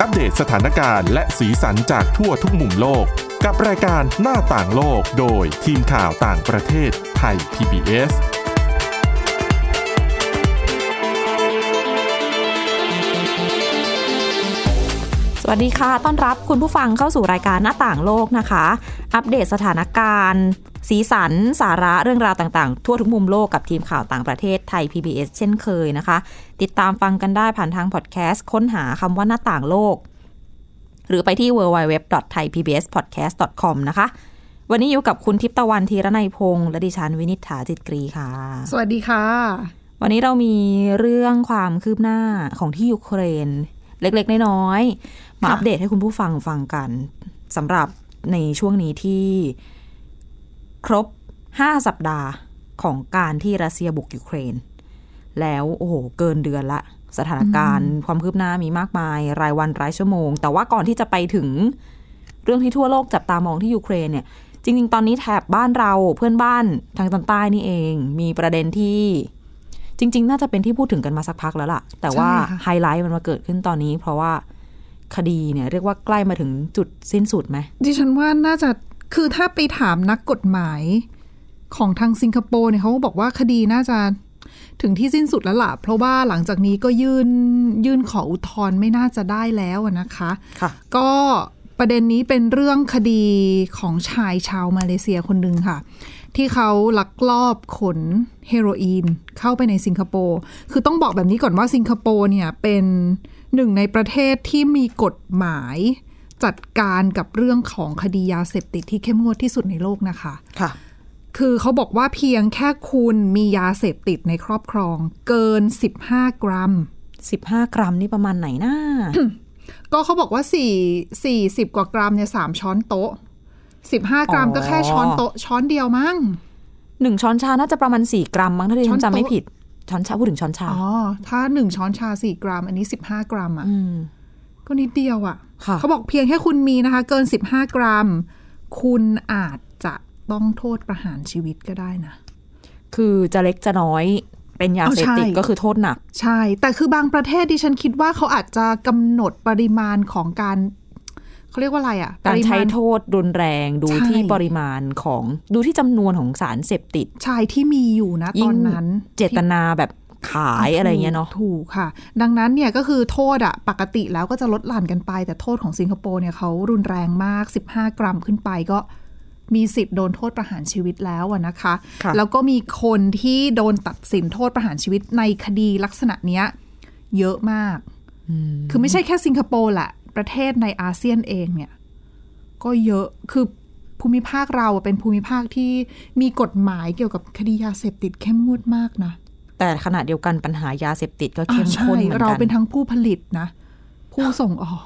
อัปเดตสถานการณ์และสีสันจากทั่วทุกมุมโลก กับรายการหน้าต่างโลกโดยทีมข่าวต่างประเทศไทย PBS สวัสดีค่ะ ต้อนรับคุณผู้ฟังเข้าสู่รายการหน้าต่างโลกนะคะ อัปเดตสถานการณ์ สีสัน สาระเรื่องราวต่างๆ ทั่วทุกมุมโลกกับทีมข่าวต่างประเทศไทย PBS เช่นเคยนะคะ ติดตามฟังกันได้ผ่านทางพอดแคสต์ ค้นหาคำว่าหน้าต่างโลก หรือไปที่ www.thaipbspodcast.com นะคะ วันนี้อยู่กับคุณทิพย์ตะวันธีรนัยพงษ์และดิฉันวินิษฐาจิตกรีค่ะ สวัสดีค่ะ วันนี้เรามีเรื่องความคืบหน้าของที่ยูเครน เล็กๆ น้อยๆ มา ค่ะ อัปเดตให้คุณผู้ฟังฟังกันสำหรับในช่วงนี้ที่ครบ 5 สัปดาห์ของการที่รัสเซียบุกยูเครน แล้วโอ้โห เกินเดือนละ สถานการณ์ความคืบหน้ามีมากมาย รายวันรายชั่วโมง แต่ว่าก่อนที่จะไปถึง เรื่องที่ทั่วโลกจับตามองที่ยูเครนเนี่ย จริง ๆ ตอนนี้แถบบ้านเราเพื่อนบ้านทางตอนใต้นี่เอง มีประเด็นที่ จริง ๆ น่าจะเป็นที่พูดถึงกันมาสักพักแล้วล่ะ แต่ว่า ใช่ค่ะ ไฮไลท์มันมาเกิดขึ้นตอนนี้ เพราะว่าคดีเนี่ยเรียกว่าใกล้มาถึงจุดสิ้นสุดไหม ดิฉันว่าน่าจะคือถ้าไปถามนักกฎหมายของทางสิงคโปร์เนี่ยเขาก็บอกว่าคดีน่าจะถึงที่สิ้นสุดแล้วล่ะเพราะว่าหลังจากนี้ก็ยื่นยื่นขออุทธรณ์ไม่น่าจะได้แล้วอะนะคะ ค่ะ ก็ประเด็นนี้เป็นเรื่องคดีของชายชาวมาเลเซียคนหนึ่งค่ะ ที่เขาลักลอบขนเฮโรอีนเข้าไปในสิงคโปร์คือต้องบอกแบบนี้ก่อนว่าสิงคโปร์เนี่ยเป็นหนึ่งในประเทศที่มีกฎหมายจัดการกับเรื่องของคดียาเสพติดที่เข้มงวดที่สุดในโลกนะคะ ค่ะ คือเขาบอกว่าเพียงแค่คุณมียาเสพติดในครอบครอง เกิน 15 กรัม 15 กรัมนี่ประมาณไหน นะ ก็เขาบอกว่า4 40 กว่ากรัมเนี่ยสามช้อนโต๊ะ 15 กรัมก็แค่ช้อนโต๊ะ ช้อนเดียวมั้ง หนึ่งช้อนชาน่าจะประมาณ 4 กรัมมั้งถ้าดิ ช้ ฉั อน น โต๊ะ จำไม่ผิด ช้อนชาพูดถึงช้อนชา อ๋อ ถ้า 1 ช้อนชา 4 กรัม อันนี้ 15 กรัมอ่ะ อืม ก็นิดเดียวอ่ะ ค่ะ เขาบอกเพียงแค่คุณมีนะคะ เกิน 15 กรัม คุณอาจจะต้องโทษประหารชีวิตก็ได้นะ คือจะเล็กจะน้อยเป็นยา เอา เสพติด ใช่ ก็คือโทษหนัก ใช่ แต่คือบางประเทศดิฉันคิดว่าเขาอาจจะกำหนดปริมาณของการเขาเรียกว่าอะไรอ่ะ การใช้ ปมณ โทษรุนแรงดู ใช่ ที่ปริมาณของดูที่จำนวนของสารเสพติด ชายที่มีอยู่นะต ยิ่ อง นนั้น เจตนาแบบขายอะไรเงี้ยเนาะ ถูกค่ะ ดังนั้นเนี่ยก็คือโทษอะปกติแล้วก็จะลดหลั่นกันไป แต่โทษของสิงคโปร์เนี่ยเขารุนแรงมาก 15 กรัมขึ้นไปก็มีสิทธิ์โดนโทษประหารชีวิตแล้วอะนะคะ ค่ะ แล้วก็มีคนที่โดนตัดสินโทษประหารชีวิตในคดีลักษณะเนี้ยเยอะมาก คือไม่ใช่แค่สิงคโปร์แหละ ประเทศในอาเซียนเองเนี่ย ก็เยอะ คือภูมิภาคเราอะเป็นภูมิภาคที่มีกฎหมายเกี่ยวกับคดียาเสพติดเข้มงวดมากนะ แต่ขณะเดียวกันปัญหายาเสพติดก็เข้ม อ่าใช่ ข้นเหมือน เรา กั เป็น นทั้งผู้ผลิตนะ ผู้ส่งออก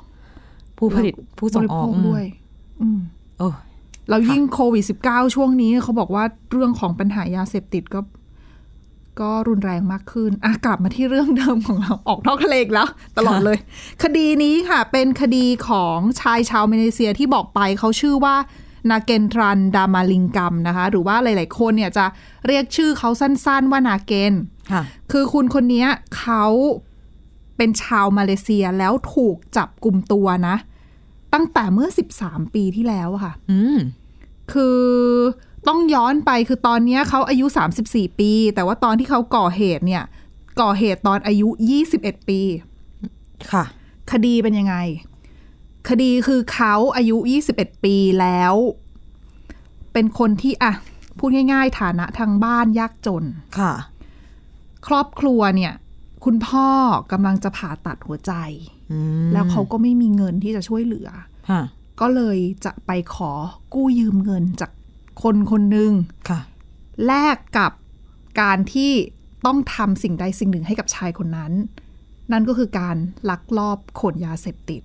ผู้ผลิตผู้ส่งออก บริโภคด้วย อืม เออ แล้วยิ่งโควิด -19 ช่วงนี้เขาบอกว่าเรื่องของปัญหายาเสพติดก็ ก็รุนแรงมากขึ้นอ่ะกลับมาที่เรื่องเดิมของเรา ออกนอกทะเลอีกแล้ว ตลอดเลย คดีนี้ค่ะ เป็นคดีของชายชาวมาเลเซียที่บอกไปเขาชื่อว่านาเกนทรันดามาลิงกัมนะคะ หรือว่าหลาย ๆ คนเนี่ยจะเรียกชื่อเขาสั้น ๆ ว่านาเกน ค่ะ คือคุณคนเนี้ยเขาเป็นชาวมาเลเซียแล้วถูกจับกลุ่มตัวนะ ตั้งแต่เมื่อ 13 ปีที่แล้วอะค่ะ อืม คือต้องย้อนไปคือตอนเนี้ยเขาอายุ 34 ปี แต่ว่าตอนที่เขาก่อเหตุเนี่ย ก่อเหตุตอนอายุ 21 ปี ค่ะ คดีเป็นยังไง คดีคือเขาอายุ 21 ปีแล้ว เป็นคนที่อ่ะพูดง่าย ๆ ฐานะทางบ้านยากจน ค่ะ ครอบครัวเนี่ย คุณพ่อกำลังจะผ่าตัดหัวใจ อืม แล้วเขาก็ไม่มีเงินที่จะช่วยเหลือ ค่ะ ก็เลยจะไปขอกู้ยืมเงินจากคนคนหนึ่ง ค่ะ แลกกับการที่ต้องทำสิ่งใดสิ่งหนึ่งให้กับชายคนนั้น นั่นก็คือการลักลอบขนยาเสพติด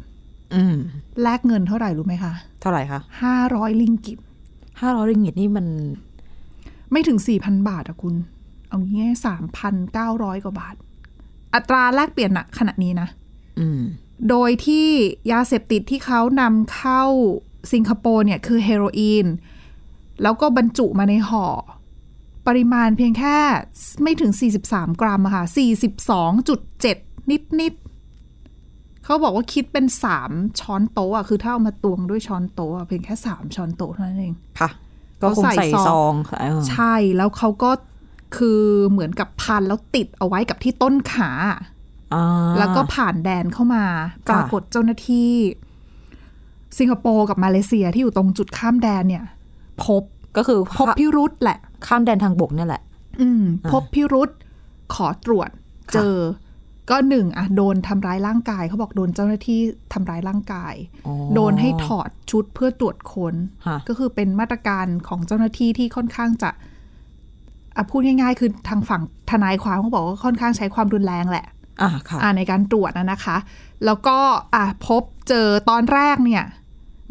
อืม แลกเงินเท่าไหร่รู้ไหมคะ เท่าไหร่คะ 500 ลิงกิต ห้าร้อยริงกิตนี่มัน ไม่ถึง 4,000 บาทอะคุณ เอางี้สามพันเก้าร้อยกว่าบาท อัตราแลกเปลี่ยนนะขณะนี้นะ อืม โดยที่ยาเสพติดที่เขานำเข้าสิงคโปร์เนี่ยคือเฮโรอีน แล้วก็บรรจุมาในห่อ ปริมาณเพียงแค่ไม่ถึง 43 กรัมอะค่ะ 42.7 นิด ๆ ข เขาบอกว่าคิดเป็นสามช้อนโต๊ะอ่ะคือถ้าเอามาตวงด้วยช้อนโต๊ะอะเป็นแค่สามช้อนโต๊ะเท่านั้นเอง ค่ะ ก็คงใส่ซองเออ ใช่แล้วเขาก็คือเหมือนกับพันแล้วติดเอาไว้กับที่ต้นขา อ่า แล้วก็ผ่านแดนเข้ามา ค่ะ ปรากฏเจ้าหน้าที่ สิงคโปร์กับมาเลเซียที่อยู่ตรงจุดข้ามแดนเนี่ย พบ ก็คือ พบพิรุษแหละ ข้ามแดนทางบกเนี่ยแหละ อืม พบพิรุษขอตรวจ ค่ะ เจอ ก็หนึ่งอ่ะโดนทำร้ายร่างกาย เขาบอกโดนเจ้าหน้าที่ทำร้ายร่างกาย อ๋อ โดนให้ถอดชุดเพื่อตรวจค้น ค่ะ ก็คือเป็นมาตรการของเจ้าหน้าที่ที่ค่อนข้างจะอ่ะพูดง่ายๆ คือทางฝั่งทนายความเขาบอกว่าค่อนข้างใช้ความรุนแรงแหละ อ่าค่ะ อ่าในการตรวจนะนะคะ แล้วก็อ่ะพบเจอตอนแรกเนี่ย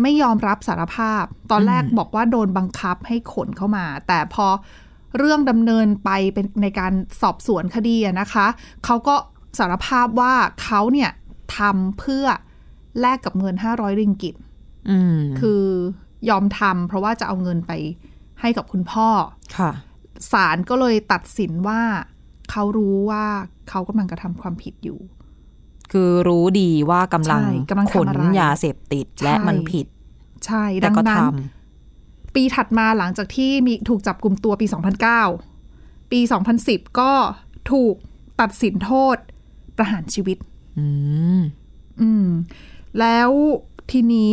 ไม่ยอมรับสารภาพ ตอนแรกบอกว่าโดนบังคับให้ขนเข้ามา แต่พอเรื่องดำเนินไปเป็นในการสอบสวนคดีอะนะคะเขาก็สารภาพว่าเขาเนี่ยทำเพื่อแลกกับเงิน 500 ริงกิต อืม คือยอมทำเพราะว่าจะเอาเงินไปให้กับคุณพ่อ ค่ะ ศาลก็เลยตัดสินว่า เขารู้ว่าเขากำลังกระทำความผิดอยู่ คือรู้ดีว่ากำลัง ใช่กำลัง ขน ทำอะไร ยาเสพติด ใช่ และมันผิด ใช่ แต่ ดัง ก็ นั้ ท น ปีถัดมาหลังจากที่มีถูกจับกลุ่มตัวปี 2009 ปี 2010 ก็ถูกตัดสินโทษประหารชีวิต ำอืม อืม แล้วทีนี้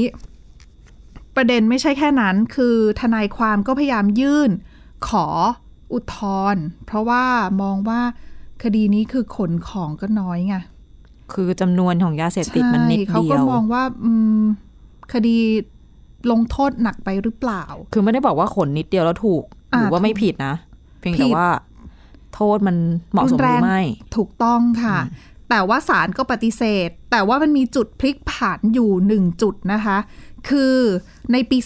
ประเด็นไม่ใช่แค่นั้น คือทนายความก็พยายามยื่น ขออุทธรณ์เพราะว่ามองว่าคดีนี้คือขนของก็น้อยไง คือจำนวนของยาเสพติดมันนิด ใช่เขา เดี ก็ ยว มองว่าอืมคดีลงโทษหนักไปหรือเปล่า คือไม่ได้บอกว่าขนนิดเดียวแล้วถูก ห อ่า รือว่าไม่ผิดนะ เพียงแต่ ผิด ว่า โทษมันเหมาะสมห แร รื ง อไม่ ถูกต้องค่ะ แต่ว่าศาลก็ปฏิเสธ แต่ว่ามันมีจุดพลิกผันอยู่หนึ่งจุดนะคะ คือในปี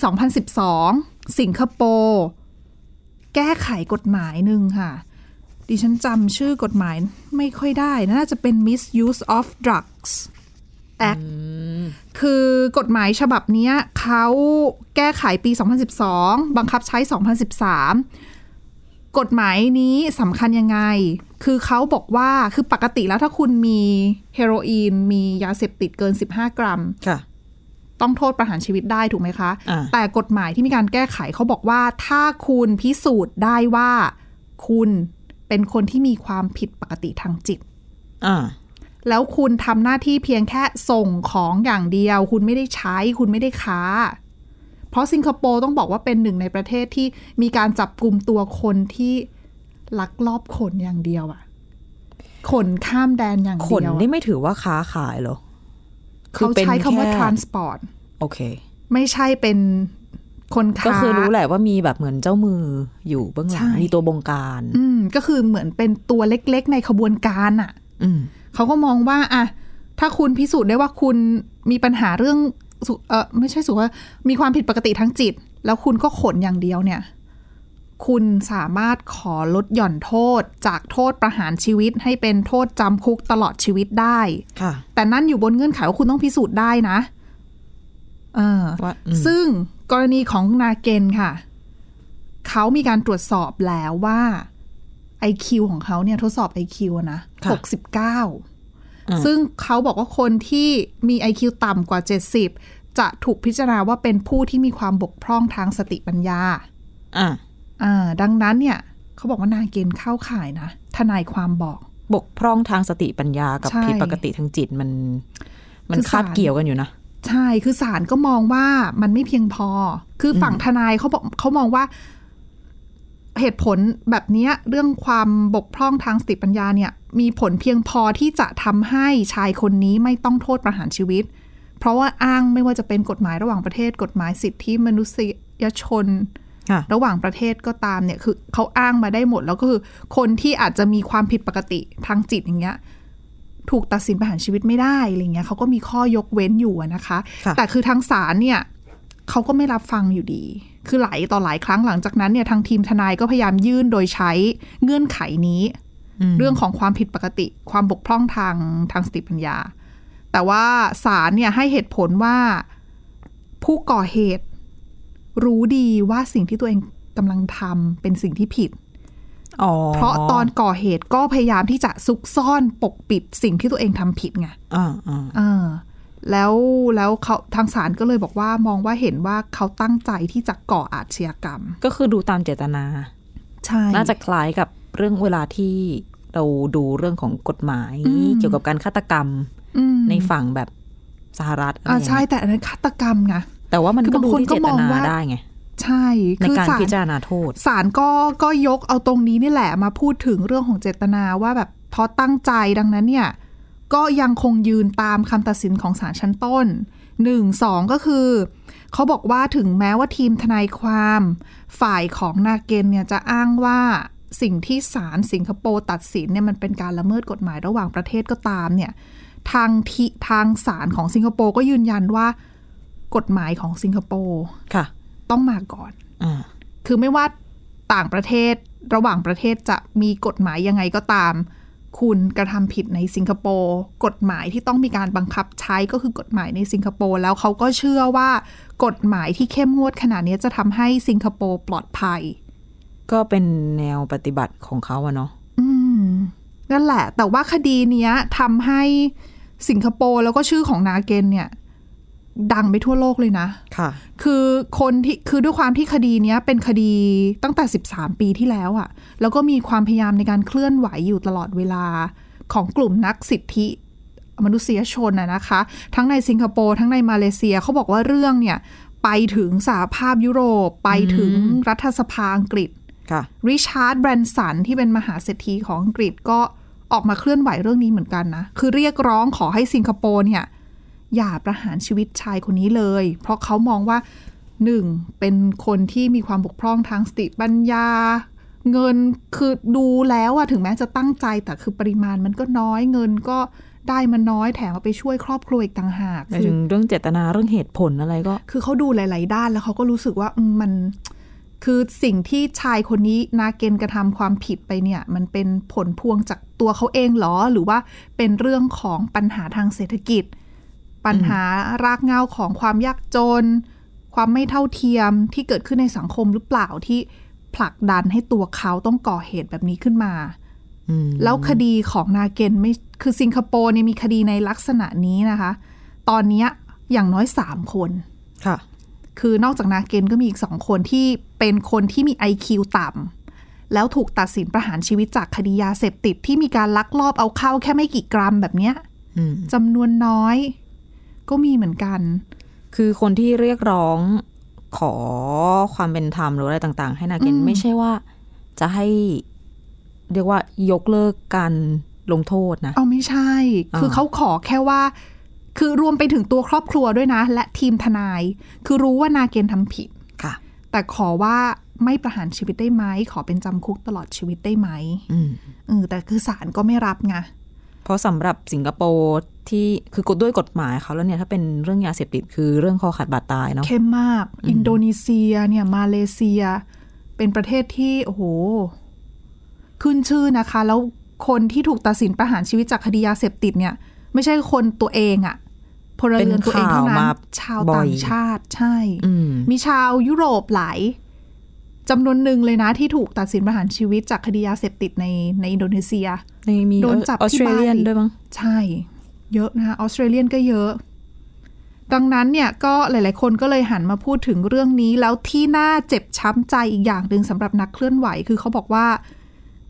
2012 สิงคโปร์แก้ไขกฎหมายหนึ่งค่ะ ดิฉันจำชื่อกฎหมายไม่ค่อยได้นะน่าจะเป็น misuse of drugs act คือกฎหมายฉบับเนี้ยเขาแก้ไขปี 2012 บังคับใช้ 2013 กฎหมายนี้สำคัญยังไง คือเขาบอกว่า คือปกติแล้วถ้าคุณมีเฮโรอีน มียาเสพติดเกิน 15 กรัม ค่ะ ต้องโทษประหารชีวิตได้ถูกไหมคะ อ่า แต่กฎหมายที่มีการแก้ไขเขาบอกว่า ถ้าคุณพิสูจน์ได้ว่า คุณเป็นคนที่มีความผิดปกติทางจิต อ่า แล้วคุณทำหน้าที่เพียงแค่ส่งของอย่างเดียว คุณไม่ได้ใช้ คุณไม่ได้ค้า เพราะสิงคโปร์ต้องบอกว่าเป็นหนึ่งในประเทศที่มีการจับกลุ่มตัวคนที่ลักลอบขนอย่างเดียวอะขนข้ามแดนอย่าง ขน เดียว นี่ไม่ถือว่าค้าขายเหรอ เขา ป็น ใช้คำว่า แ transport โอเค ไม่ใช่เป็นคนค้า ก็คือรู้แหละว่ามีแบบเหมือนเจ้ามืออยู่เบื้องหลัง ใช่ มีตัวบงการ อืมก็คือเหมือนเป็นตัวเล็กๆ ในขบวนการอะ อืม เขาก็มองว่าอะถ้าคุณพิสูจน์ได้ว่าคุณมีปัญหาเรื่องสุเออไม่ใช่สุขภาพมีความผิดปกติทางจิต แล้วคุณก็ขนอย่างเดียวเนี่ย คุณสามารถขอลดหย่อนโทษจากโทษประหารชีวิต ให้เป็นโทษจำคุกตลอดชีวิตได้ ค่ะ แต่นั่นอยู่บนเงื่อนไขว่าคุณต้องพิสูจน์ได้นะเออ ว่าอืม ซึ่งกรณีของนาเกนค่ะ เขามีการตรวจสอบแล้วว่า IQ ของเขาเนี่ยทดสอบ IQ อะนะ ค่ะ หกสิบเก้า อ่า ซึ่งเขาบอกว่าคนที่มี IQ ต่ำกว่า 70 จะถูกพิจารณาว่าเป็นผู้ที่มีความบกพร่องทางสติปัญญา อ่ะ อ่า ดังนั้นเนี่ยเขาบอกว่านาเกนเข้าข่ายนะ ทนายความบอก บกพร่องทางสติปัญญากับ ใช่ ผิดปกติทางจิตมัน มัน คือ คาบ สาร เกี่ยวกันอยู่นะ ใช่ คือศาลก็มองว่ามันไม่เพียงพอ คือฝั่งทนายเขาบอกเขามองว่า เหตุผลแบบเนี้ยเรื่องความบกพร่องทางสติปัญญาเนี่ย มีผลเพียงพอที่จะทำให้ชายคนนี้ไม่ต้องโทษประหารชีวิต เพราะว่าอ้างไม่ว่าจะเป็นกฎหมายระหว่างประเทศ กฎหมายสิทธิมนุษยชน ค่ะ ระหว่างประเทศก็ตามเนี่ยคือเขาอ้างมาได้หมดแล้วก็คือคนที่อาจจะมีความผิดปกติทางจิตอย่างเงี้ยถูกตัดสินประหารชีวิตไม่ได้อะไรเงี้ยเขาก็มีข้อยกเว้นอยู่อะนะคะ ค่ะ แต่คือทางศาลเนี่ยเขาก็ไม่รับฟังอยู่ดี คือหลายต่อหลายครั้งหลังจากนั้นเนี่ยทางทีมทนายก็พยายามยื่นโดยใช้เงื่อนไขนี้ เรื่องของความผิดปกติ ความบกพร่องทางทางสติปัญญา แต่ว่าศาลเนี่ยให้เหตุผลว่าผู้ก่อเหตุ รู้ดีว่าสิ่งที่ตัวเองกำลังทำเป็นสิ่งที่ผิด อ๋อ เพราะตอนก่อเหตุก็พยายามที่จะซุกซ่อนปกปิดสิ่งที่ตัวเองทำผิดไง อ่าอ่า เออ แล้วแล้วเขาทางศาลก็เลยบอกว่ามองว่าเห็นว่าเขาตั้งใจที่จะก่ออาชญากรรม ก็คือดูตามเจตนา ใช่ น่าจะคล้ายกับเรื่องเวลาที่เราดูเรื่องของกฎหมาย เกี่ยวกับการฆาตกรรม อืม ในฝั่งแบบสหรัฐอะไรออ่าย่าง ใช่ เงี้ย แต่อันนั้นฆาตกรรมไง แต่ว่ามัน คือ ก็ดู บางคน ที่ ก็ เจต มอง นา ว่า ได้ไง ใช่ ใน คือ การ ศาล พิจารณาโทษ ศาลก็ก็ยกเอาตรงนี้นี่แหละมาพูดถึงเรื่องของเจตนาว่าแบบเพราะตั้งใจดังนั้นเนี่ย ก็ยังคงยืนตามคำตัดสินของศาลชั้นต้นหนึ่งสองก็คือ เขาบอกว่าถึงแม้ว่าทีมทนายความ ฝ่ายของนาเกนเนี่ยจะอ้างว่าสิ่งที่ศาลสิงคโปร์ตัดสินเนี่ยมันเป็นการละเมิดกฎหมายระหว่างประเทศก็ตามเนี่ยทางทิทางศาลของสิงคโปร์ก็ยืนยันว่า กฎหมายของสิงคโปร์ ค่ะ ต้องมาก่อน อ่า คือไม่ว่าต่างประเทศระหว่างประเทศจะมีกฎหมายยังไงก็ตาม คุณกระทำผิดในสิงคโปร์กฎหมายที่ต้องมีการบังคับใช้ก็คือกฎหมายในสิงคโปร์แล้วเขาก็เชื่อว่ากฎหมายที่เข้มงวดขนาดนี้จะทำให้สิงคโปร์ปลอดภัย ก็เป็นแนวปฏิบัติของเขาอะเนาะ อืมนั่นแหละ แต่ว่าคดีเนี้ยทำให้สิงคโปร์แล้วก็ชื่อของนาเกนเนี่ย ดังไปทั่วโลกเลยนะ ค่ะ คือคนที่คือด้วยความที่คดีเนี้ยเป็นคดีตั้งแต่ 13 ปีที่แล้วอะ่ะ แล้วก็มีความพยายามในการเคลื่อนไหวอยู่ตลอดเวลาของกลุ่มนักสิทธิมนุษยชนนะนะคะ ทั้งในสิงคโปร์ทั้งในมาเลเซียเขาบอกว่าเรื่องเนี่ย ไปถึงสหภาพยุโรป ไปถึงรัฐสภาอังกฤษ ค่ะ ริชาร์ดแบรนสันที่เป็นมหาเศรษฐีของอังกฤษก็ออกมาเคลื่อนไหวเรื่องนี้เหมือนกันนะ คือเรียกร้องขอให้สิงคโปร์เนี่ย อย่าประหารชีวิตชายคนนี้เลย เพราะเขามองว่าหนึ่งเป็นคนที่มีความบกพร่องทางสติปัญญา เงินคือดูแล้วอะถึงแม้จะตั้งใจแต่คือปริมาณมันก็น้อยเงินก็ได้มันน้อยแถมเอาไปช่วยครอบครัวอีกต่างหาก หมาย คือ ถึงเรื่องเจตนาเรื่องเหตุผลอะไรก็ คือเขาดูหลาย ๆ ด้านแล้วเขาก็รู้สึกว่าอืมมันคือสิ่งที่ชายคนนี้นาเกนกระทำความผิดไปเนี่ย มันเป็นผลพวงจากตัวเขาเองเหรอ หรือว่าเป็นเรื่องของปัญหาทางเศรษฐกิจ ปัญหารากเหง้าของความยากจน ความไม่เท่าเทียมที่เกิดขึ้นในสังคมหรือเปล่าที่ผลักดันให้ตัวเขาต้องก่อเหตุแบบนี้ขึ้นมา อืม แล้วคดีของนาเกนไม่คือสิงคโปร์เนี่ยมีคดีในลักษณะนี้นะคะ ตอนเนี้ยอย่างน้อยสามคน ค่ะ คือนอกจากนาเกนก็มีอีกสองคนที่เป็นคนที่มี IQ ต่ำแล้วถูกตัดสินประหารชีวิตจากคดียาเสพติดที่มีการลักลอบเอาเข้าแค่ไม่กี่กรัมแบบเนี้ย อืม จำนวนน้อย ก็มีเหมือนกัน คือคนที่เรียกร้องขอความเป็นธรรมหรืออะไรต่าง ๆ ให้นาเกน อืม ไม่ใช่ว่าจะให้ เรียกว่ายกเลิกการลงโทษนะ เอาไม่ใช่ คือ อ่า เขาขอแค่ว่า คือรวมไปถึงตัวครอบครัวด้วยนะ และทีมทนาย คือรู้ว่านาเกนทำผิด ค่ะ แต่ขอว่าไม่ประหารชีวิตได้ไหม ขอเป็นจำคุกตลอดชีวิตได้ไหม อืม เออแต่คือศาลก็ไม่รับไง เพราะสำหรับสิงคโปร์ที่คือกฎด้วยกฎหมายเขาแล้วเนี่ยถ้าเป็นเรื่องยาเสพติดคือเรื่องคอขาดบาดตายเนาะ เข้มมาก อินโดนีเซียเนี่ย มาเลเซีย เป็นประเทศที่ โอ้โห ขึ้นชื่อนะคะ แล้วคนที่ถูกตัดสินประหารชีวิตจากคดียาเสพติดเนี่ย ไม่ใช่คนตัวเองอะพลเรือนตัวเองเท่านั้ เป็นข่าวน มา ชาว บ่อย ต่างชาติ ใช่ อืม มีชาวยุโรปหลายจำนวนหนึ่งเลยนะ ที่ถูกตัดสินประหารชีวิตจากคดียาเสพติดในในอินโดนีเซีย ในมี โดนจับ ออส ที่ เตรเลียน บาหลี ด้วยมั้ง ใช่ เยอะนะคะออสเตรเลียนก็เยอะ ดังนั้นเนี่ยก็หลาย ๆ คนก็เลยหันมาพูดถึงเรื่องนี้ แล้วที่น่าเจ็บช้ำใจอีกอย่างหนึ่งสำหรับนักเคลื่อนไหวคือเขาบอกว่า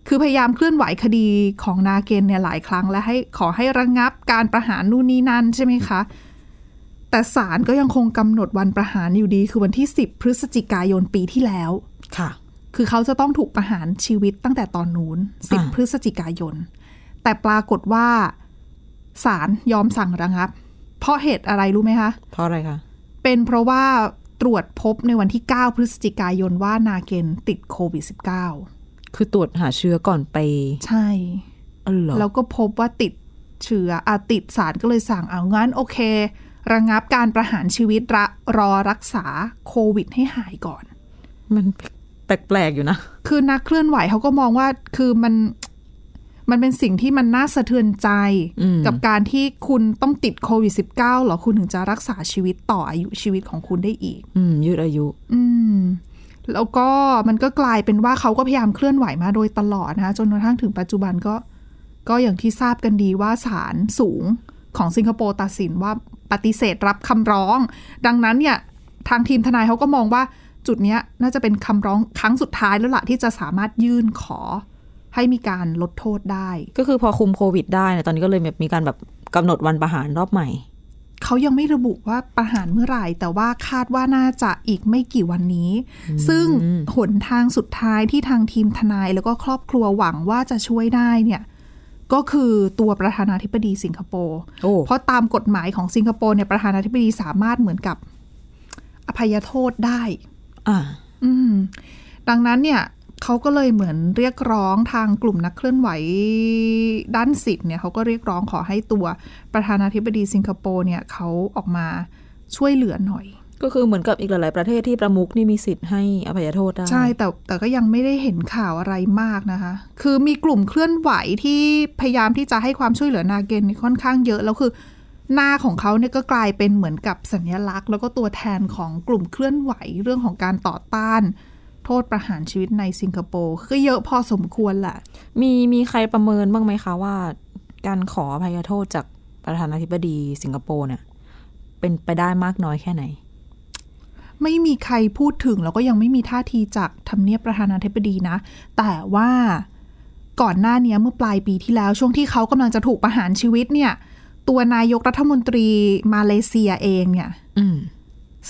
คือพยายามเคลื่อนไหวคดีของนาเกนเนี่ยหลายครั้ง และให้ขอให้ระงงับการประหารนู่นนี่นั่นใช่ไหมคะ แต่ศาลก็ยังคงกำหนดวันประหารอยู่ดี คือวันที่ 10 พฤศจิกายนปีที่แล้ว ค่ะ คือเขาจะต้องถูกประหารชีวิตตั้งแต่ตอนนู้น อ่า 10 พฤศจิกายน แต่ปรากฏว่าศาลยอมสั่งระงับ เพราะเหตุอะไรรู้ไหมคะ เพราะอะไรคะ เป็นเพราะว่าตรวจพบในวันที่ 9 พฤศจิกายนว่านาเกนติดโควิด -19 คือตรวจหาเชื้อก่อนไป ใช่ อ๋อเหรอ แล้วก็พบว่าติดเชื้ออาติดสารก็เลยสั่งเอางั้นโอเค ระงับการประหารชีวิตระรอรักษาโควิดให้หายก่อน มันแปลกๆอยู่นะ คือนักเคลื่อนไหวเขาก็มองว่าคือมันมันเป็นสิ่งที่มันน่าสะเทือนใจ อืม กับการที่คุณต้องติดโควิด -19 หรอคุณถึงจะรักษาชีวิตต่ออายุชีวิตของคุณได้อีก อืม ยืดอายุ อืม แล้วก็มันก็กลายเป็นว่าเขาก็พยายามเคลื่อนไหวมาโดยตลอดนะคะจนกระทั่งถึงปัจจุบันก็ ก็อย่างที่ทราบกันดีว่าศาลสูงของสิงคโปร์ตัดสินว่า ปฏิเสธรับคำร้อง ดังนั้นเนี่ยทางทีมทนายเขาก็มองว่าจุดเนี้ยน่าจะเป็นคำร้องครั้งสุดท้ายแล้วล่ะที่จะสามารถยื่นขอให้มีการลดโทษได้ ก็คือพอคุมโควิดได้เนี่ยตอนนี้ก็เลยแบบมีการแบบกำหนดวันประหารรอบใหม่ เขายังไม่ระบุว่าประหารเมื่อไหร่ แต่ว่าคาดว่าน่าจะอีกไม่กี่วันนี้ ซึ่งหนทางสุดท้ายที่ทางทีมทนายแล้วก็ครอบครัวหวังว่าจะช่วยได้เนี่ย ก็คือตัวประธานาธิบดีสิงคโปร์ โอ้ เพราะตามกฎหมายของสิงคโปร์เนี่ยประธานาธิบดีสามารถเหมือนกับอภัยโทษได้ อ่า อืมดังนั้นเนี่ยเขาก็เลยเหมือนเรียกร้องทางกลุ่มนักเคลื่อนไหวด้านสิทธิ์เนี่ยเขาก็เรียกร้องขอให้ตัวประธานาธิบดีสิงคโปร์เนี่ยเขาออกมาช่วยเหลือหน่อย ก็คือเหมือนกับอีกหลาย ๆ ประเทศที่ประมุขนี่มีสิทธิ์ให้อภัยโทษได้ ใช่แต่แต่ก็ยังไม่ได้เห็นข่าวอะไรมากนะคะ คือมีกลุ่มเคลื่อนไหวที่พยายามที่จะให้ความช่วยเหลือนาเกนนี่ค่อนข้างเยอะแล้วคือ หน้าของเขาเนี่ยก็กลายเป็นเหมือนกับสัญลักษณ์ แล้วก็ตัวแทนของกลุ่มเคลื่อนไหวเรื่องของการต่อต้าน โทษประหารชีวิตในสิงคโปร์ก็เยอะพอสมควรแหละ มีมีใครประเมินบ้างไหมคะว่า การขออภัยโทษจากประธานาธิบดีสิงคโปร์เนี่ย เป็นไปได้มากน้อยแค่ไหน ไม่มีใครพูดถึงแล้วก็ยังไม่มีท่าทีจากทำเนียบประธานาธิบดีนะ แต่ว่าก่อนหน้าเนี้ยเมื่อปลายปีที่แล้วช่วงที่เขากำลังจะถูกประหารชีวิตเนี่ย ตัวนายกรัฐมนตรีมาเลเซียเองเนี่ย อืม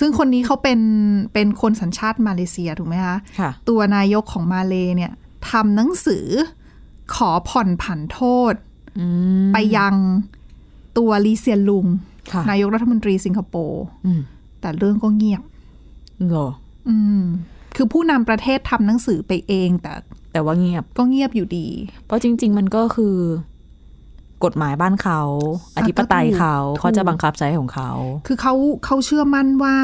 ซึ่งคนนี้เขาเป็นเป็นคนสัญชาติมาเลเซียถูกไหมคะ ค่ะ ตัวนายกของมาเลเนี่ยทำหนังสือขอผ่อนผันโทษ อืม ไปยังตัวลีเซียนลุง ค่ะ นายกรัฐมนตรีสิงคโปร์ อืม แต่เรื่องก็เงียบ เหรอ อืม คือผู้นำประเทศทำหนังสือไปเองแต่ แต่ว่าเงียบ ก็เงียบอยู่ดี เพราะจริง ๆ มันก็คือ กฎหมายบ้านเขา อ อ่ะ ธิปไตย ก็ถูก เขา ถูก เขาจะบังคับใช้ของเขา คือเขาเขาเชื่อมั่นว่า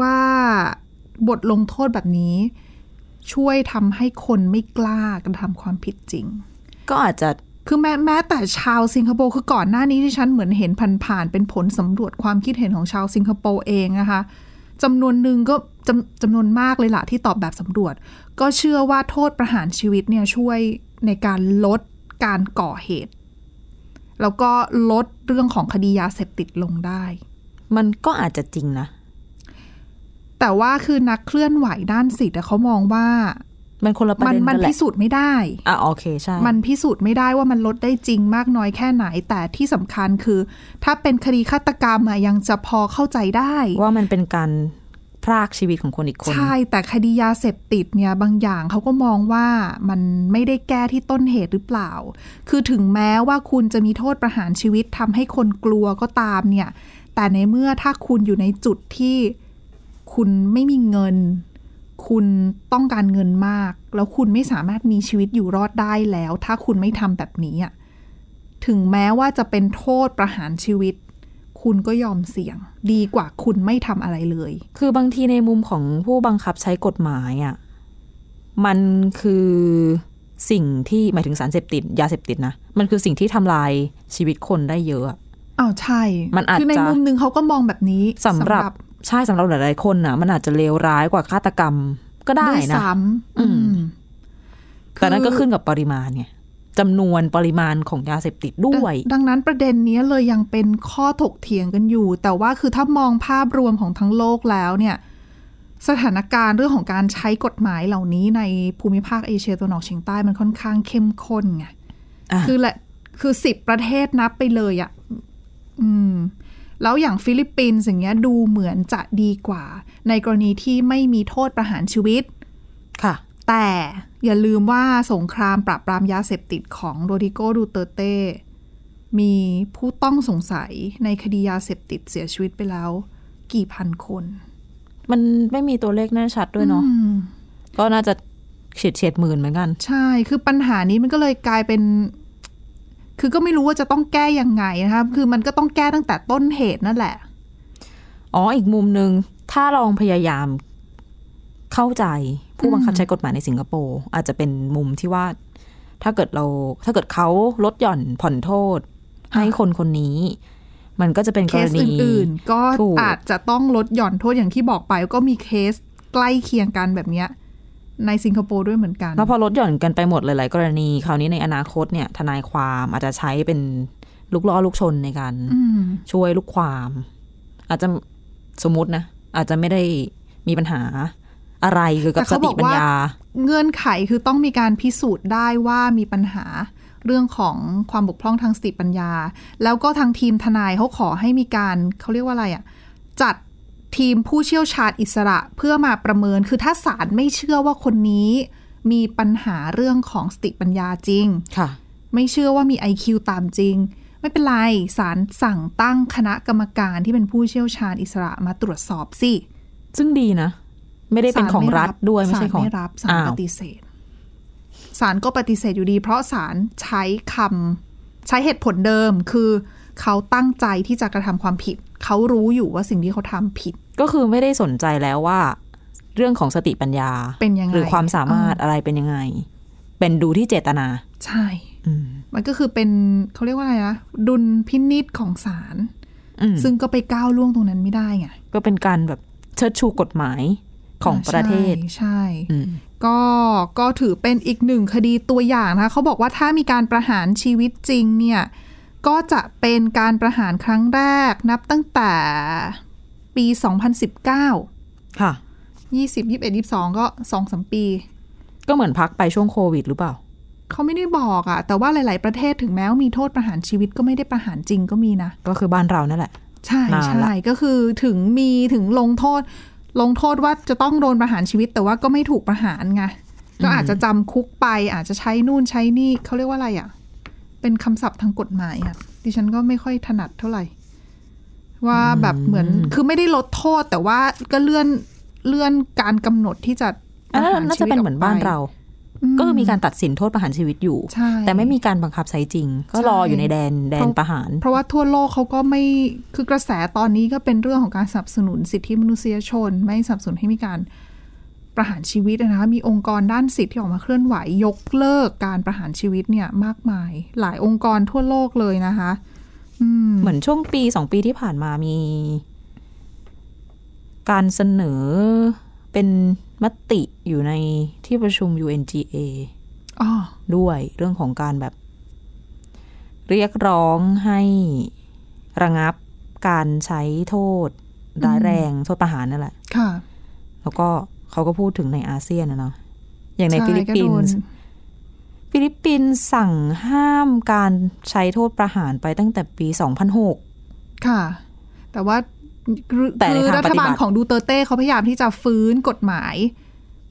ว่าบทลงโทษแบบนี้ ช่วยทำให้คนไม่กล้ากระทำความผิดจริง ก็อาจจะ คือแม้แม้แต่ชาวสิงคโปร์คือก่อนหน้านี้ที่ฉันเหมือนเห็นผ่านๆเป็นผลสำรวจความคิดเห็นของชาวสิงคโปร์เองนะคะจำนวนหนึ่งก็จำจำนวนมากเลยล่ะที่ตอบแบบสำรวจ ก็เชื่อว่าโทษประหารชีวิตเนี่ยช่วยในการลดการก่อเหตุ แล้วก็ลดเรื่องของคดียาเสพติดลงได้ มันก็อาจจะจริงนะ แต่ว่าคือนักเคลื่อนไหวด้านสิทธิ์อะเขามองว่า มันคนละประ มัน เด็นกัมันนแหละ พิสูจน์ไม่ได้ อ่ะโอเคใช่ มันพิสูจน์ไม่ได้ว่ามันลดได้จริงมากน้อยแค่ไหน แต่ที่สำคัญคือ ถ้าเป็นคดีฆาตกรรมอะยังจะพอเข้าใจได้ ว่ามันเป็นการพรากชีวิตของคนอีกคน ใช่ แต่คดียาเสพติดเนี่ยบางอย่างเขาก็มองว่ามันไม่ได้แก้ที่ต้นเหตุหรือเปล่า คือถึงแม้ว่าคุณจะมีโทษประหารชีวิตทำให้คนกลัวก็ตามเนี่ย แต่ในเมื่อถ้าคุณอยู่ในจุดที่คุณไม่มีเงิน คุณต้องการเงินมาก แล้วคุณไม่สามารถมีชีวิตอยู่รอดได้แล้ว ถ้าคุณไม่ทำแบบนี้อะถึงแม้ว่าจะเป็นโทษประหารชีวิต คุณก็ยอมเสี่ยง ดีกว่าคุณไม่ทำอะไรเลย คือบางทีในมุมของผู้บังคับใช้กฎหมายอ่ะ มันคือสิ่งที่หมายถึงสารเสพติด ยาเสพติดนะ มันคือสิ่งที่ทำลายชีวิตคนได้เยอะอะ อ้าวใช่ มันอาจ คือใน จะ มุมหนึ่งเขาก็มองแบบนี้ สำหรับใช่สำหรับหลายๆคนนะมันอาจจะเลวร้ายกว่าฆาตกรรมก็ได้ ด้วย นะ ซ้ำ อืม อืม แต่นั้นก็ขึ้นกับปริมาณไงจำนวนปริมาณของยาเสพติดด้วย ดังดังนั้นประเด็นเนี้ยเลยยังเป็นข้อถกเถียงกันอยู่ แต่ว่าคือถ้ามองภาพรวมของทั้งโลกแล้วเนี่ย สถานการณ์เรื่องของการใช้กฎหมายเหล่านี้ในภูมิภาคเอเชียตะวันออกเฉียงใต้มันค่อนข้างเข้มข้นไง อ่ะ คือแหละคือสิบประเทศนับไปเลยอะ่ะ อืม แล้วอย่างฟิลิปปินส์อย่างเงี้ยดูเหมือนจะดีกว่า ในกรณีที่ไม่มีโทษประหารชีวิต ค่ะ แต่อย่าลืมว่าสงครามปราบปรามยาเสพติดของโรดิโกดูเตอร์เต้ มีผู้ต้องสงสัยในคดียาเสพติดเสียชีวิตไปแล้ว กี่พันคน มันไม่มีตัวเลขแน่ชัดด้วยเนาะ อืม ก็น่าจะเฉียดเฉียดหมื่นเหมือนกัน ใช่ คือปัญหานี้มันก็เลยกลายเป็น คือก็ไม่รู้ว่าจะต้องแก้ยังไงนะคะคือมันก็ต้องแก้ตั้งแต่ต้นเหตุนั่นแหละ อ๋อ อีกมุมหนึ่งถ้าลองพยายามเข้าใจผู้บังคับใช้กฎหมายในสิงคโปร์อาจจะเป็นมุมที่ว่า ถ้าเกิดเรา ถ้าเกิดเขาลดหย่อนผ่อนโทษ ให้คนคนนี้ มันก็จะเป็น เค กร ส ณี อื่นๆ ก็ ถูก อาจจะต้องลดหย่อนโทษอย่างที่บอกไปก็มีเคสใกล้เคียงกันแบบเนี้ย ในสิงคโปร์ด้วยเหมือนกัน แล้วพอลดหย่อนกันไปหมดหลายๆกรณี คราวนี้ในอนาคตเนี่ย ทนายความอาจจะใช้เป็น ลุกล้อลุกชนในการ อืม ช่วยลูกความ อาจจะสมมตินะ อาจจะไม่ได้มีปัญหาอะไรเกี่ยวกับสแต่เขา ติ บอก ปัญ ว่า ญา เงื่อนไขคือต้องมีการพิสูจน์ได้ว่ามีปัญหาเรื่องของความบกพร่องทางสติปัญญา แล้วก็ทางทีมทนายเขาขอให้มีการเขาเรียกว่าอะไรอ่ะจัดทีมผู้เชี่ยวชาญอิสระเพื่อมาประเมินคือถ้าศาลไม่เชื่อว่าคนนี้ มีปัญหาเรื่องของสติปัญญาจริง ค่ะ ไม่เชื่อว่ามี IQ ตามจริง ไม่เป็นไรศาลสั่งตั้งคณะกรรมการที่เป็นผู้เชี่ยวชาญอิสระมาตรวจสอบสิ ซึ่งดีนะ ไม่ได้เป็นของรัฐด้วยไม่ใช่ของ ศาลไม่รับศาล อ้า ป ว ฏิเสธศาลก็ปฏิเสธอยู่ดี เพราะศาลใช้คำใช้เหตุผลเดิมคือ เขาตั้งใจที่จะกระทำความผิด เขารู้อยู่ว่าสิ่งที่เขาทำผิด ก็คือไม่ได้สนใจแล้วว่า เรื่องของสติปัญญา เป็นยังไง หรือความสามารถอะไรเป็นยังไง เป็นดูที่เจตนา ใช่ อืม มันก็คือเป็นเขาเรียกว่าอะไรนะดุลพินิษของศาล อืม ซึ่งก็ไปก้าวล่วงตรงนั้นไม่ได้ไง ก็เป็นการแบบเชิดชูกฎหมายของประเทศ ใช่ใช่ อืม ก็ก็ถือเป็นอีกหนึ่งคดีตัวอย่างนะคะเขาบอกว่าถ้ามีการประหารชีวิตจริงเนี่ย ก็จะเป็นการประหารครั้งแรกนับตั้งแต่ปี 2019 ค่ะ 20 21 22 ก็ 2-3 ปี ก็เหมือนพักไปช่วงโควิดหรือเปล่า เขาไม่ได้บอกอะแต่ว่าหลาย ๆ ประเทศถึงแม้ว่ามีโทษประหารชีวิตก็ไม่ได้ประหารจริงก็มีนะ ก็คือบ้านเรานั่นแหละ ใช่ นานละ ใช่ก็คือถึงมีถึงลงโทษ ลงโทษว่าจะต้องโดนประหารชีวิต แต่ว่าก็ไม่ถูกประหารไงก็อาจจะจำคุกไป อาจจะใช้นู่นใช้นี่เขาเรียกว่าอะไรอ่ะ เป็นคำศัพท์ทางกฎหมายอ่ะดิฉันก็ไม่ค่อยถนัดเท่าไหร่ ว่าแบบเหมือนคือไม่ได้ลดโทษ แต่ว่าก็เลื่อนเลื่อนการกำหนดที่จะป อัน ระหาร น่า ชี จะ วิต เป็นเหมือนบ้านเรา ก็คือมีการตัดสินโทษประหารชีวิตอยู่ ใช่ แต่ไม่มีการบังคับใช้จริง ก็รออยู่ในแดนแดนประหาร เพราะว่าทั่วโลกเขาก็ไม่คือกระแสตอนนี้ก็เป็นเรื่องของการสนับสนุนสิทธิมนุษยชน ไม่สนับสนุนให้มีการประหารชีวิตนะคะมีองค์กรด้านสิทธิที่ออกมาเคลื่อนไหวยกเลิกการประหารชีวิตเนี่ยมากมาย หลายองค์กรทั่วโลกเลยนะคะ อืม เหมือนช่วงปีสองปีที่ผ่านมามี การเสนอเป็นมติอยู่ในที่ประชุม UNGA อ๋อ ด้วยเรื่องของการแบบ เรียกร้องให้ระงับการใช้โทษร้ายแรงโทษประหารนั่นแหละ ค่ะ แล้วก็เขาก็พูดถึงในอาเซียนนะเนาะอย่างใน ช่ ฟิลิป ก็ ปิ โด นส์ ฟิลิปปินส์สั่งห้ามการใช้โทษประหารไปตั้งแต่ปี 2006 ค่ะ แต่ว่าคือ แต่ในทาง รัฐบาล ปฏิบัติ ของดูเตอร์เต้เขาพยายามที่จะฟื้นกฎหมาย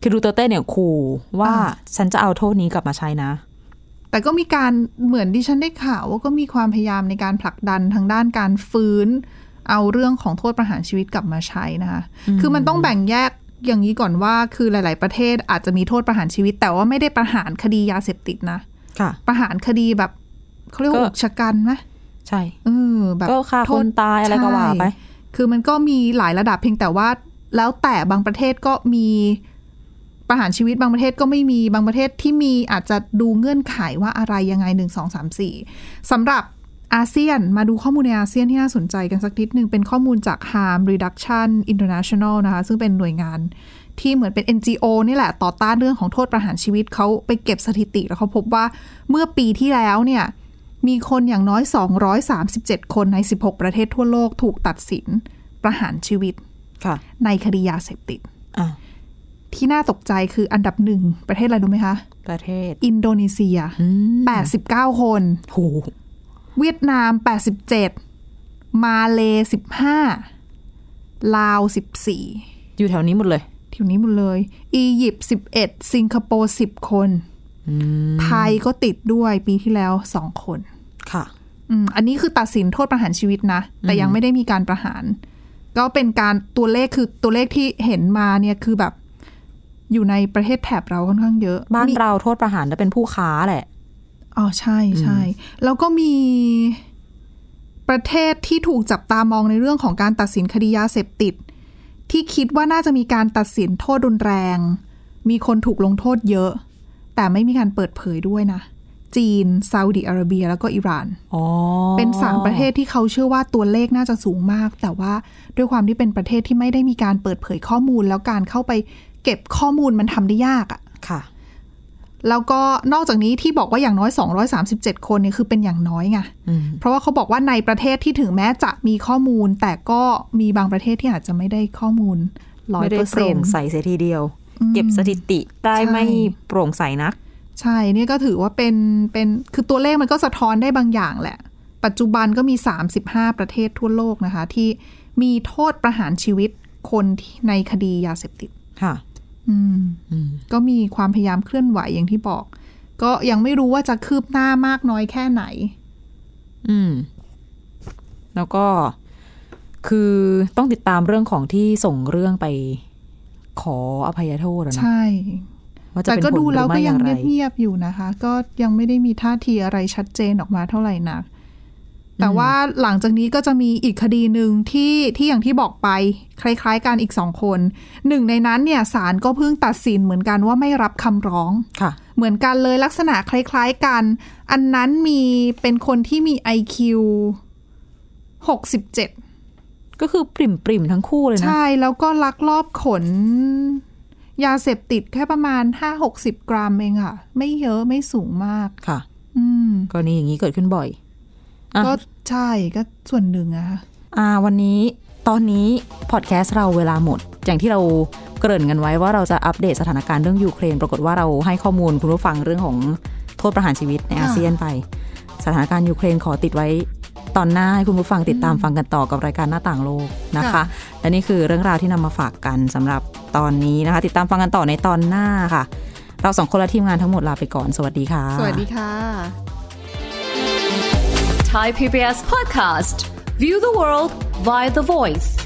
คือดูเตอร์เต้เนี่ยขู่ว่า อ่า ฉันจะเอาโทษนี้กลับมาใช้นะ แต่ก็มีการเหมือนที่ฉันได้ข่าวว่าก็มีความพยายามในการผลักดันทางด้านการฟื้น เอาเรื่องของโทษประหารชีวิตกลับมาใช้นะคะ คือมันต้องแบ่งแยกอย่างนี้ก่อนว่าคือหลาย ๆ ประเทศอาจจะมีโทษประหารชีวิต แต่ว่าไม่ได้ประหารคดียาเสพติดนะ ค่ะ ประหารคดีแบบเขาเรียกว่า ก็ อุกชะกันไหม ใช่ เออแบบ ก็ฆ่า โท ค ษ นตายอะไรก็ว่าไป คือมันก็มีหลายระดับเพียงแต่ว่า แล้วแต่บางประเทศก็มีประหารชีวิตบางประเทศก็ไม่มีบางประเทศที่มีอาจจะดูเงื่อนไขว่าอะไรยังไงหนึ่งสองสามสี่สำหรับอาเซียนมาดูข้อมูลในอาเซียนที่น่าสนใจกันสักนิดหนึ่งเป็นข้อมูลจาก Harm Reduction International นะคะ ซึ่งเป็นหน่วยงานที่เหมือนเป็น NGO นี่แหละต่อต้านเรื่องของโทษประหารชีวิตเขาไปเก็บสถิติแล้วเขาพบว่าเมื่อปีที่แล้วเนี่ย มีคนอย่างน้อย 237 คนใน 16 ประเทศทั่วโลกถูกตัดสินประหารชีวิต ค่ะ ในคดียาเสพติด อ่ะ ที่น่าตกใจคืออันดับหนึ่งประเทศอะไรรู้ไหมคะ ประเทศ อินโดนีเซีย อืม 89 คน โห เวียดนาม 87 มาเล15 ลาว 14 อยู่แถวนี้หมดเลย ทีนี้หมดเลย อียิปต์11 สิงคโปร์ 10 คน อืม ไทยก็ติดด้วยปีที่แล้ว 2 คน ค่ะ อืมอันนี้คือตัดสินโทษประหารชีวิตนะ แต่ยังไม่ได้มีการประหาร ก็เป็นการตัวเลขคือตัวเลขที่เห็นมาเนี่ยคือแบบ อยู่ในประเทศแถบเราค่อนข้างเยอะ บ้าน มี เราโทษประหารแล้วเป็นผู้ค้าแหละ อ๋อใช่ใช่แล้วก็มีประเทศที่ถูกจับตามองในเรื่องของการตัดสินคดียาเสพติด ที่คิดว่าน่าจะมีการตัดสินโทษรุนแรง มีคนถูกลงโทษเยอะ แต่ไม่มีการเปิดเผยด้วยนะ จีนซาอุดิอาระเบีย แล้วก็อิหร่าน อ๋อ เป็นสามประเทศที่เขาเชื่อว่าตัวเลขน่าจะสูงมาก แต่ว่าด้วยความที่เป็นประเทศที่ไม่ได้มีการเปิดเผยข้อมูล แล้วการเข้าไปเก็บข้อมูลมันทำได้ยากอะ ค่ะ แล้วก็นอกจากนี้ที่บอกว่าอย่างน้อย 237 คนเนี่ยคือเป็นอย่างน้อยไง อืม เพราะว่าเขาบอกว่าในประเทศที่ถึงแม้จะมีข้อมูล แต่ก็มีบางประเทศที่อาจจะไม่ได้ข้อมูลร้อย ไม่ได้ เปอร์ โป เซ็ ร่ น ง ต์ ใสเสียทีเดียว เก็บสถิติได้ ใช่ ไม่โปร่งใสนัก ใช่เนี่ยก็ถือว่าเป็นเป็นคือตัวเลขมันก็สะท้อนได้บางอย่างแหละ ปัจจุบันก็มี 35 ประเทศทั่วโลกนะคะ ที่มีโทษประหารชีวิตคนที่ในคดียาเสพติด ค่ะ อืม อืม ก็มีความพยายามเคลื่อนไหวอย่างที่บอก ก็ยังไม่รู้ว่าจะคืบหน้ามากน้อยแค่ไหน อืม แล้วก็คือต้องติดตามเรื่องของที่ส่งเรื่องไปขออภัยโทษอะเนาะ ใช่ ว่าจะ แต่ เป็นผ ก็ ลห ดู รื แล้ว อไม่ ก็ อ ยั ย่าง งไร เงียบๆอยู่นะคะ ก็ยังไม่ได้มีท่าทีอะไรชัดเจนออกมาเท่าไหร่นัก แต่ว่าหลังจากนี้ก็จะมีอีกคดีหนึ่งที่ที่อย่างที่บอกไป คล้าย ๆกันอีกสองคน หนึ่งในนั้นเนี่ยศาลก็เพิ่งตัดสินเหมือนกันว่าไม่รับคำร้อง ค่ะ เหมือนกันเลยลักษณะคล้าย ๆกัน อันนั้นมีเป็นคนที่มี IQ 67 ก็คือปริ่มปริมๆทั้งคู่เลยนะ ใช่ แล้วก็ลักลอบขน ยาเสพติดแค่ประมาณ 5-60 กรัมเองค่ะ ไม่เยอะไม่สูงมาก ค่ะ อืม กรณีอย่างนี้เกิดขึ้นบ่อยอ่ะ ก็ใช่ก็ส่วนหนึ่งอะค่ะ อ่าวันนี้ตอนนี้พอดแคสต์เราเวลาหมด อย่างที่เราเกริ่นกันไว้ว่าเราจะอัปเดตสถานการณ์เรื่องยูเครน ปรากฏว่าเราให้ข้อมูลคุณผู้ฟังเรื่องของโทษประหารชีวิตในอาเซียนไป สถานการณ์ยูเครนขอติดไว้ตอนหน้าให้คุณผู้ฟังติดตามฟังกันต่อกับรายการหน้าต่างโลกนะคะ และนี่คือเรื่องราวที่นำมาฝากกันสำหรับตอนนี้นะคะ ติดตามฟังกันต่อในตอนหน้าค่ะ เราสองคนและทีมงานทั้งหมดลาไปก่อนสวัสดีค่ะ สวัสดีค่ะ Thai PBS podcast. View the world via the voice.